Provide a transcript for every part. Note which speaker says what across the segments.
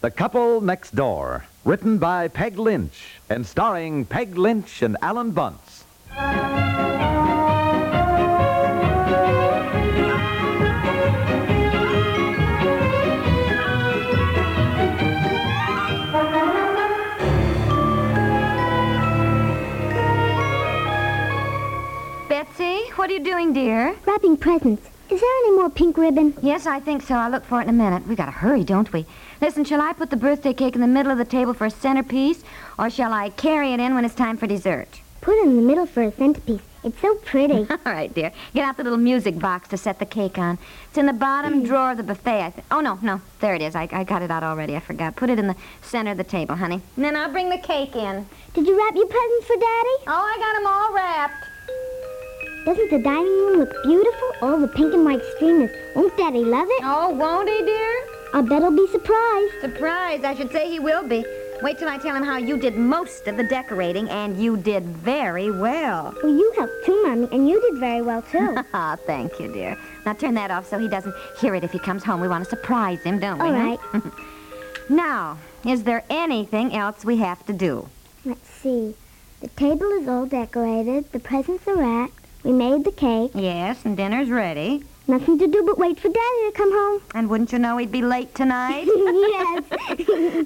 Speaker 1: The Couple Next Door, written by Peg Lynch and starring Peg Lynch and Alan Bunce.
Speaker 2: Betsy, what are you doing, dear?
Speaker 3: Wrapping presents. Is there any more pink ribbon?
Speaker 2: Yes, I think so. I'll look for it in a minute. We gotta hurry, don't we? Listen, shall I put the birthday cake in the middle of the table for a centerpiece, or shall I carry it in when it's time for dessert?
Speaker 3: Put it in the middle for a centerpiece. It's so pretty.
Speaker 2: All right, dear. Get out the little music box to set the cake on. It's in the bottom drawer of the buffet, I think. Oh, no, no. There it is. I, I got it out already. I forgot. Put it in the center of the table, honey. And then I'll bring the cake in.
Speaker 3: Did you wrap your presents for Daddy?
Speaker 2: Oh, I got 'em all wrapped.
Speaker 3: Doesn't the dining room look beautiful? All the pink and white streamers. Won't Daddy love it?
Speaker 2: Oh, won't he, dear?
Speaker 3: I'll bet he'll be surprised.
Speaker 2: Surprised. I should say he will be. Wait till I tell him how you did most of the decorating, and you did very well.
Speaker 3: Well, you helped too, Mommy, and you did very well, too.
Speaker 2: Ah, thank you, dear. Now turn that off so he doesn't hear it if he comes home. We want to surprise him, don't we? huh?
Speaker 3: All right.
Speaker 2: Now, is there anything else we have to do?
Speaker 3: Let's see. The table is all decorated. The presents are wrapped. We made the cake.
Speaker 2: Yes, and dinner's ready.
Speaker 3: Nothing to do but wait for Daddy to come home.
Speaker 2: And wouldn't you know he'd be late tonight?
Speaker 3: yes.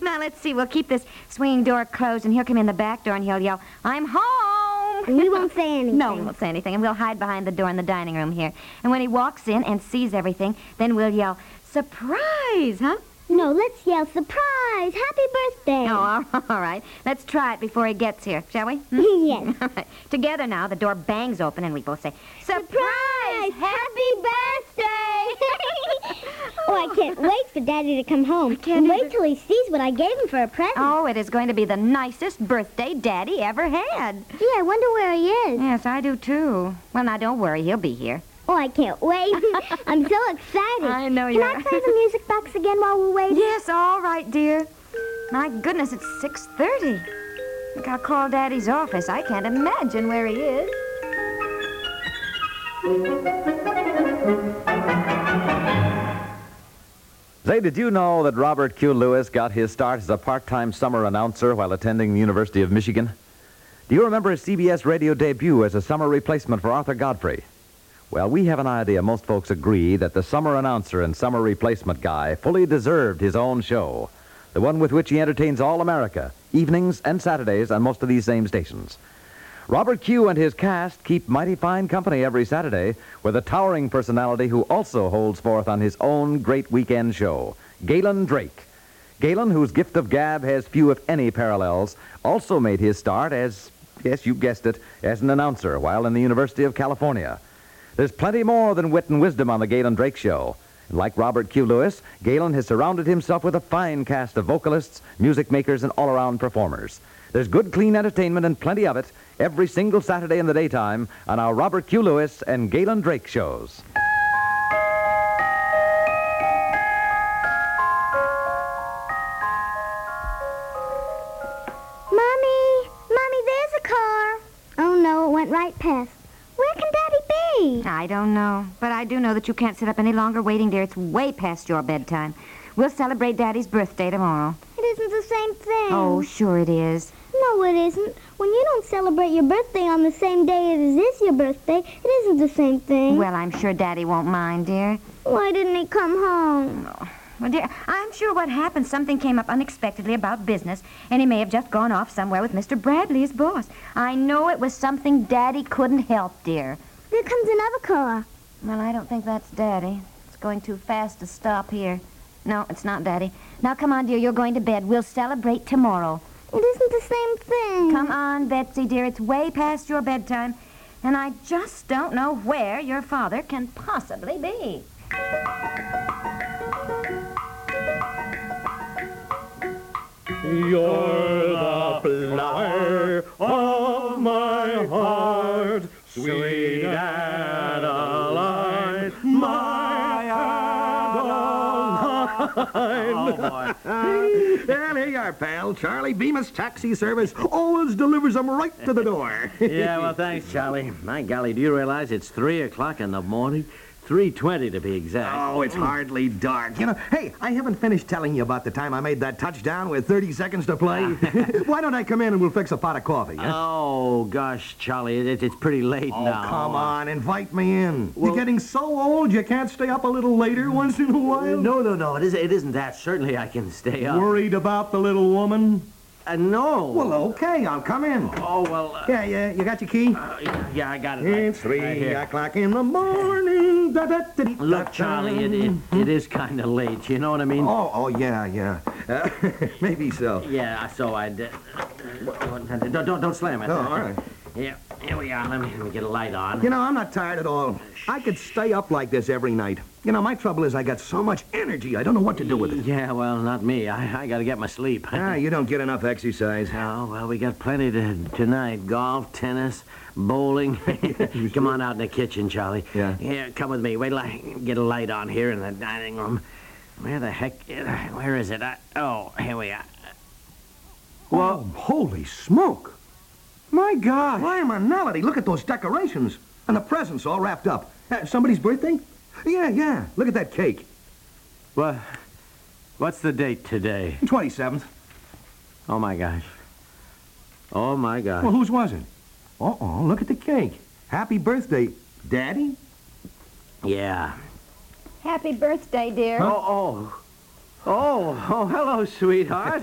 Speaker 2: now let's see. We'll keep this swinging door closed, and he'll come in the back door and he'll yell, "I'm home!"
Speaker 3: And we won't say anything.
Speaker 2: No, we won't say anything, and we'll hide behind the door in the dining room here. And when he walks in and sees everything, then we'll yell, "Surprise!" Huh?
Speaker 3: No, let's yell surprise! Happy birthday!
Speaker 2: Oh, all- all right. Let's try it before he gets here, shall we? Hmm?
Speaker 3: yes.
Speaker 2: All right. Together now, the door bangs open, and we both say, "Surprise! Happy birthday!"
Speaker 3: Oh, I can't wait for Daddy to come home.
Speaker 2: can't
Speaker 3: wait
Speaker 2: either.
Speaker 3: till he sees what I gave him for a present.
Speaker 2: Oh, it is going to be the nicest birthday Daddy ever had.
Speaker 3: Gee, I wonder where he is.
Speaker 2: Yes, I do too. Well, now don't worry, he'll be here.
Speaker 3: Oh, I can't wait. I'm so excited.
Speaker 2: I know
Speaker 3: Can
Speaker 2: you
Speaker 3: I
Speaker 2: are.
Speaker 3: play the music box again while we're waiting?
Speaker 2: Yes, all right, dear. My goodness, it's 6.30. Think I'll call Daddy's office. I can't imagine where he is.
Speaker 1: Say, did you know that Robert Q. Lewis got his start as a part time summer announcer while attending the University of Michigan? Do you remember his CBS radio debut as a summer replacement for Arthur Godfrey? Well, we have an idea most folks agree that the summer announcer and summer replacement guy fully deserved his own show, the one with which he entertains all America, evenings and Saturdays on most of these same stations. Robert Q and his cast keep mighty fine company every Saturday with a towering personality who also holds forth on his own great weekend show, Galen Drake. Galen, whose gift of gab has few, if any, parallels, also made his start as, yes, you guessed it, as an announcer while in the University of California. There's plenty more than wit and wisdom on the Galen Drake Show. And like Robert Q. Lewis, Galen has surrounded himself with a fine cast of vocalists, music makers, and all around performers. There's good, clean entertainment and plenty of it every single Saturday in the daytime on our Robert Q. Lewis and Galen Drake shows.
Speaker 3: Mommy! Mommy, there's a car. Oh, no, it went right past. Where can Daddy be?
Speaker 2: I don't know, but I do know that you can't sit up any longer waiting, dear. It's way past your bedtime. We'll celebrate Daddy's birthday tomorrow.
Speaker 3: It isn't the same thing.
Speaker 2: Oh, sure it is.
Speaker 3: No, it isn't. When you don't celebrate your birthday on the same day as it is your birthday, it isn't the same thing.
Speaker 2: Well, I'm sure Daddy won't mind, dear.
Speaker 3: Why didn't he come home?
Speaker 2: Well, dear, I'm sure what happened, something came up unexpectedly about business, and he may have just gone off somewhere with Mr. Bradley, his boss. I know it was something Daddy couldn't help, dear.
Speaker 3: There comes another car.
Speaker 2: Well, I don't think that's Daddy. It's going too fast to stop here. No, it's not Daddy. Now, come on, dear. You're going to bed. We'll celebrate tomorrow.
Speaker 3: It isn't the same thing.
Speaker 2: Come on, Betsy, dear. It's way past your bedtime. And I just don't know where your father can possibly be.
Speaker 4: You're the flower of my heart, sweet Adeline, my Adeline.
Speaker 5: And here you are, pal. Charlie Bemis Taxi Service always delivers them right to the door.
Speaker 4: yeah, well, thanks, Charlie. My golly, do you realize it's 3 o'clock in the morning? 320 to be exact.
Speaker 1: Oh, it's hardly dark. You know, hey, I haven't finished telling you about the time I made that touchdown with 30 seconds to play. Why don't I come in and we'll fix a pot of coffee? huh?
Speaker 4: Oh, gosh, Charlie, it, it's pretty late
Speaker 1: Oh,
Speaker 4: now.
Speaker 1: come on, invite me in.
Speaker 4: Well-
Speaker 1: You're getting so old you can't stay up a little later once in a while.
Speaker 4: No, no, no, it, is, it isn't that. Certainly I can stay up.
Speaker 1: Worried about the little woman?
Speaker 4: Uh, no.
Speaker 1: Well, okay, I'll come in.
Speaker 4: oh, well, uh,
Speaker 1: Yeah, yeah, you got your key?
Speaker 4: yeah, I got it. right-
Speaker 1: It's three
Speaker 4: right here.
Speaker 1: o'clock in the morning. Da, da, da, da, da,
Speaker 4: Look, Charlie, it, it, it is kind of late, you know what I mean?
Speaker 1: Oh, oh, yeah, yeah. Uh, maybe so.
Speaker 4: Yeah, so I did. Don't, don't, don't slam it.
Speaker 1: Oh, all right.
Speaker 4: Here, here we are. Let me, let me get a light on.
Speaker 1: You know, I'm not tired at all. I could stay up like this every night. You know, my trouble is I got so much energy, I don't know what to do with it.
Speaker 4: Yeah, well, not me. I, I got to get my sleep.
Speaker 1: Ah, you don't get enough exercise.
Speaker 4: Oh, well, we got plenty to, tonight. Golf, tennis, bowling. come on out in the kitchen, Charlie.
Speaker 1: Yeah.
Speaker 4: Here, come with me. Wait till I get a light on here in the dining room. Where the heck? Where is it? I, oh, here we are.
Speaker 1: Well, holy smoke. My God. Limonality, look at those decorations. And the presents all wrapped up. Uh, somebody's birthday? Yeah, yeah. Look at that cake.
Speaker 4: Well, what's the date today?
Speaker 1: 27th.
Speaker 4: Oh, my gosh. Oh, my gosh.
Speaker 1: Well, whose was it? Uh-oh, look at the cake. Happy birthday, Daddy.
Speaker 4: Yeah.
Speaker 2: Happy birthday, dear.
Speaker 4: Oh, oh. Oh, oh, hello, sweetheart.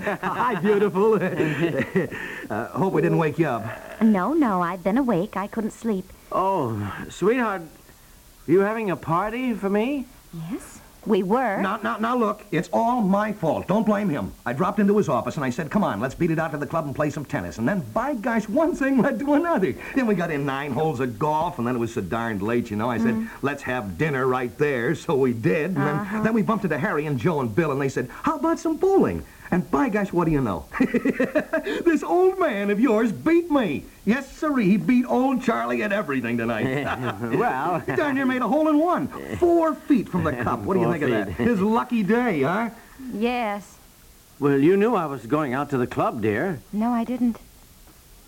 Speaker 1: Hi, beautiful. uh, hope we didn't wake you up.
Speaker 2: No, no, I've been awake. I couldn't sleep.
Speaker 4: oh, sweetheart, you having a party for me?
Speaker 2: Yes? We were.
Speaker 1: Now, now, now, look, it's all my fault. Don't blame him. I dropped into his office and I said, come on, let's beat it out to the club and play some tennis. And then, by gosh, one thing led to another. Then we got in nine holes of golf, and then it was so darned late, you know. I said, let's have dinner right there. So we did. And then, then we bumped into Harry and Joe and Bill, and they said, how about some bowling? And by gosh, what do you know? this old man of yours beat me. Yes, sirree, he beat old Charlie at everything tonight.
Speaker 4: Well,
Speaker 1: He darn near made a hole in one. Four feet from the cup. What do you
Speaker 4: Four
Speaker 1: think of that?
Speaker 4: feet.
Speaker 1: His lucky day, huh?
Speaker 2: Yes.
Speaker 4: well, you knew I was going out to the club, dear.
Speaker 2: No, I didn't.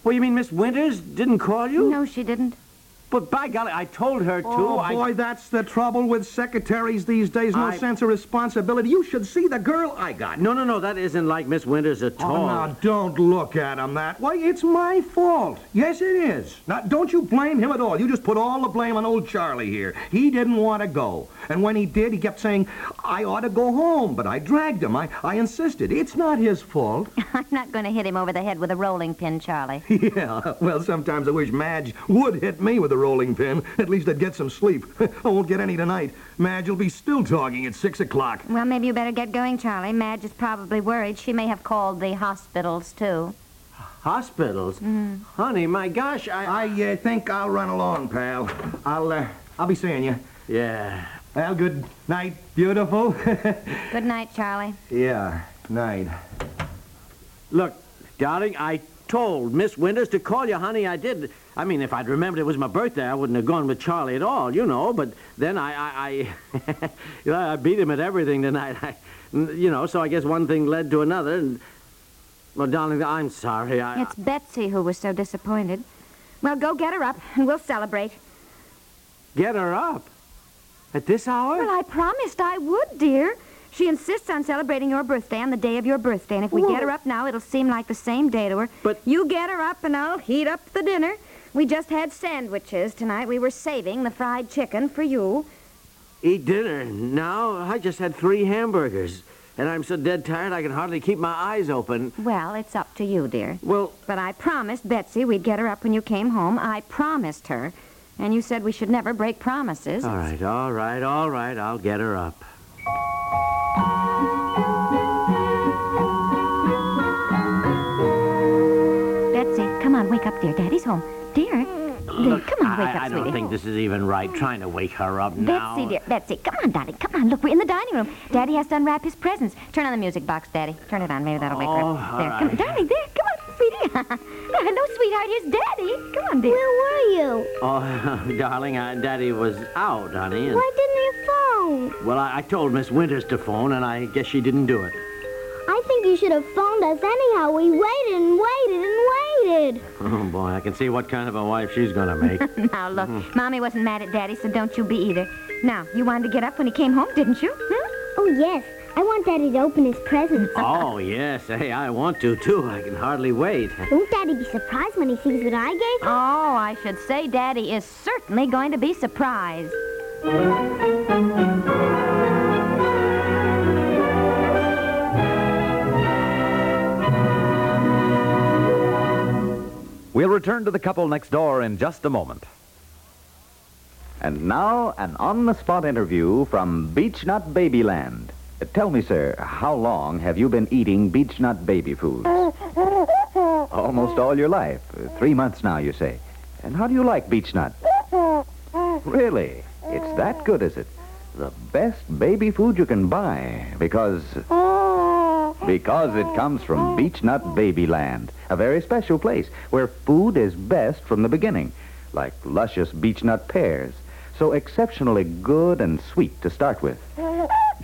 Speaker 4: Well, you mean Miss Winters didn't call you?
Speaker 2: No, she didn't.
Speaker 4: But by golly, I told her to.
Speaker 1: Oh,
Speaker 4: I-
Speaker 1: boy, that's the trouble with secretaries these days. No
Speaker 4: I-
Speaker 1: sense of responsibility. You should see the girl I got.
Speaker 4: No, no, no, that isn't like Miss Winters at
Speaker 1: Oh,
Speaker 4: all.
Speaker 1: now, don't look at him that way. It's my fault. Yes, it is. Now, don't you blame him at all. You just put all the blame on old Charlie here. He didn't want to go. And when he did, he kept saying, I ought to go home. But I dragged him. I, I insisted. It's not his fault.
Speaker 2: I'm not going to hit him over the head with a rolling pin, Charlie.
Speaker 1: Yeah, well, sometimes I wish Madge would hit me with a rolling pin. At least I'd get some sleep. I won't get any tonight. Madge will be still talking at 6 o'clock.
Speaker 2: well, maybe you better get going, Charlie. Madge is probably worried. She may have called the hospitals, too.
Speaker 4: Hospitals?
Speaker 1: Mm-hmm.
Speaker 4: Honey, my gosh, I.
Speaker 1: I uh, think I'll run along, pal. I'll, uh, I'll be seeing you.
Speaker 4: Yeah.
Speaker 1: Well, good night, beautiful.
Speaker 2: Good night, Charlie.
Speaker 1: yeah, night.
Speaker 4: Look, darling, I told Miss Winters to call you, honey. I did. I mean, if I'd remembered it was my birthday, I wouldn't have gone with Charlie at all, you know. But then I, I, I, you know, I beat him at everything tonight. I, you know, so I guess one thing led to another. And well, darling, I'm sorry. I,
Speaker 2: It's Betsy who was so disappointed. Well, go get her up, and we'll celebrate.
Speaker 4: get her up at this hour.
Speaker 2: Well, I promised I would, dear. She insists on celebrating your birthday on the day of your birthday, and if we get her up now, it'll seem like the same day to her.
Speaker 4: But-
Speaker 2: you get her up, and I'll heat up the dinner. We just had sandwiches tonight. We were saving the fried chicken for you.
Speaker 4: Eat dinner now. I just had three hamburgers, and I'm so dead tired I can hardly keep my eyes open.
Speaker 2: Well, it's up to you, dear.
Speaker 4: Well,
Speaker 2: But I promised Betsy we'd get her up when you came home. I promised her. And you said we should never break promises.
Speaker 4: all right, all right, all right. I'll get her up.
Speaker 2: Betsy, come on, wake up, dear. Daddy's home. Dear, dear come on, wake
Speaker 4: I,
Speaker 2: up,
Speaker 4: I
Speaker 2: sweetie.
Speaker 4: don't think this is even right, trying to wake her up now.
Speaker 2: Betsy, dear, Betsy, come on, darling, come on. Look, we're in the dining room. Daddy has to unwrap his presents. Turn on the music box, Daddy. Turn it on. Maybe that'll wake her
Speaker 4: Oh,
Speaker 2: up.
Speaker 4: all
Speaker 2: There, come on,
Speaker 4: right.
Speaker 2: darling, there, come on, sweetie. Hello, sweetheart, here's Daddy. Come on, dear.
Speaker 3: Where were you?
Speaker 4: Oh, darling, I, Daddy was out, honey. And,
Speaker 3: Why didn't you phone?
Speaker 4: well, I, I told Miss Winters to phone, and I guess she didn't do it.
Speaker 3: I think you should have phoned us anyhow. We waited and waited and waited.
Speaker 4: Oh, boy, I can see what kind of a wife she's going to make. Mm-hmm.
Speaker 2: Now, look, Mommy wasn't mad at Daddy, so don't you be either. Now, you wanted to get up when he came home, didn't you? Hmm?
Speaker 3: Oh, yes. I want Daddy to open his present.
Speaker 4: Oh, yes. Hey, I want to, too. I can hardly wait.
Speaker 3: Won't Daddy be surprised when he sees what I gave him?
Speaker 2: Oh, I should say Daddy is certainly going to be surprised.
Speaker 6: We'll return to the couple next door in just a moment.
Speaker 7: And now, an on the spot interview from Beechnut Babyland. Uh, Tell me, sir, how long have you been eating Beechnut baby foods? Almost all your life. Uh, Three months now, you say. And how do you like Beechnut? Really? It's that good, is it? The best baby food you can buy because. Because it comes from Beechnut Babyland, a very special place where food is best from the beginning, like luscious beechnut pears, so exceptionally good and sweet to start with.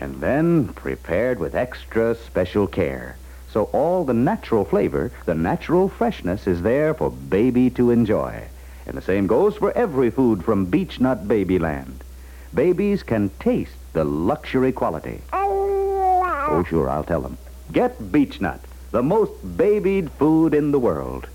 Speaker 7: And then prepared with extra special care. So all the natural flavor, the natural freshness is there for baby to enjoy. And the same goes for every food from Beechnut Babyland. Babies can taste the luxury quality. Oh, sure, I'll tell them. Get Beechnut, the most babied food in the world.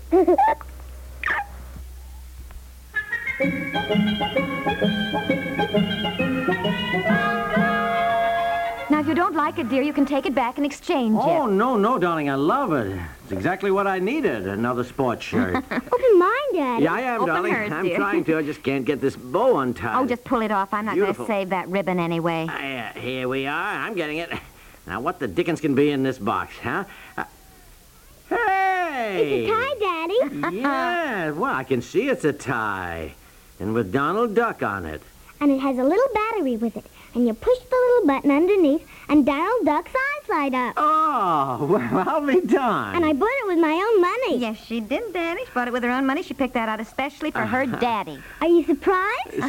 Speaker 2: Now, if you don't like it, dear, you can take it back and exchange
Speaker 4: Oh,
Speaker 2: it.
Speaker 4: no, no, darling. I love it. It's exactly what I needed. Another sports shirt.
Speaker 3: Open mine, Daddy.
Speaker 4: yeah, I am,
Speaker 2: Open
Speaker 4: darling.
Speaker 2: hers,
Speaker 4: I'm
Speaker 2: dear.
Speaker 4: trying to. I just can't get this bow untied.
Speaker 2: Oh, just pull it off. I'm not going to
Speaker 4: Beautiful.
Speaker 2: save that ribbon anyway.
Speaker 4: Ah, yeah, here we are. I'm getting it. Now, what the dickens can be in this box, huh? Uh, hey!
Speaker 3: It's a tie, Daddy.
Speaker 4: yeah, well, I can see it's a tie. And with Donald Duck on it.
Speaker 3: And it has a little battery with it. And you push the little button underneath, and Donald Duck's eyes light up.
Speaker 4: Oh, well, I'll be darned.
Speaker 3: And I bought it with my own money.
Speaker 2: Yes, she did, Daddy. She bought it with her own money. She picked that out especially for her
Speaker 4: Uh-huh.
Speaker 2: daddy.
Speaker 3: Are you surprised?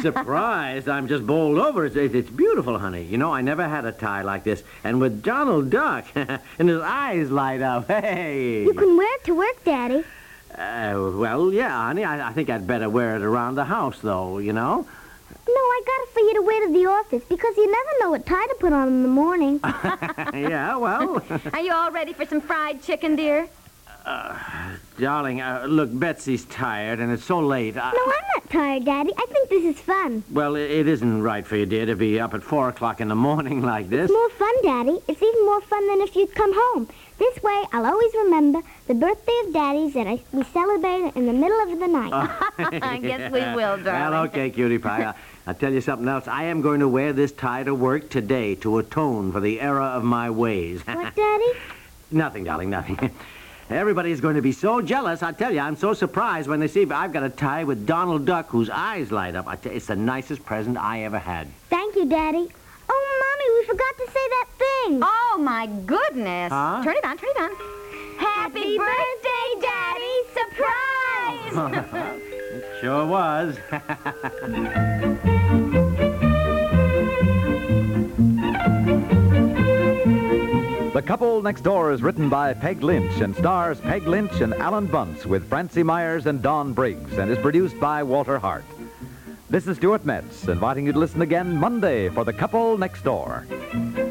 Speaker 4: Surprised. I'm just bowled over. It's, it's it's beautiful, honey. You know, I never had a tie like this. And with Donald Duck, and his eyes light up. Hey.
Speaker 3: You can wear it to work, Daddy.
Speaker 4: Uh, well, yeah, honey. I, I think I'd better wear it around the house, though, you know?
Speaker 3: No, I got it for you to wear to the office because you never know what tie to put on in the morning.
Speaker 4: yeah, well,
Speaker 2: Are you all ready for some fried chicken, dear?
Speaker 4: darling, uh, look, Betsy's tired, and it's so late. I,
Speaker 3: No, I'm not tired, Daddy. I think this is fun.
Speaker 4: Well, it, it isn't right for you, dear, to be up at 4 o'clock in the morning like this.
Speaker 3: More fun, Daddy. It's even more fun than if you'd come home. This way, I'll always remember the birthday of Daddy's that I, we celebrate in the middle of the night.
Speaker 2: I guess we will, darling.
Speaker 4: Well, okay, cutie pie. I, I'll tell you something else. I am going to wear this tie to work today to atone for the error of my ways.
Speaker 3: what, Daddy?
Speaker 4: nothing, darling, nothing. Everybody's going to be so jealous. I tell you, I'm so surprised when they see I've got a tie with Donald Duck whose eyes light up. I tell you, it's the nicest present I ever had.
Speaker 3: Thank you, Daddy. Oh, Mommy, we forgot to say that thing.
Speaker 2: Oh, my goodness.
Speaker 4: Huh?
Speaker 2: Turn it on, turn it on. Happy, birthday, Daddy! Surprise!
Speaker 4: Sure was.
Speaker 6: The Couple Next Door is written by Peg Lynch and stars Peg Lynch and Alan Bunce with Francie Myers and Don Briggs and is produced by Walter Hart. This is Stuart Metz inviting you to listen again Monday for The Couple Next Door.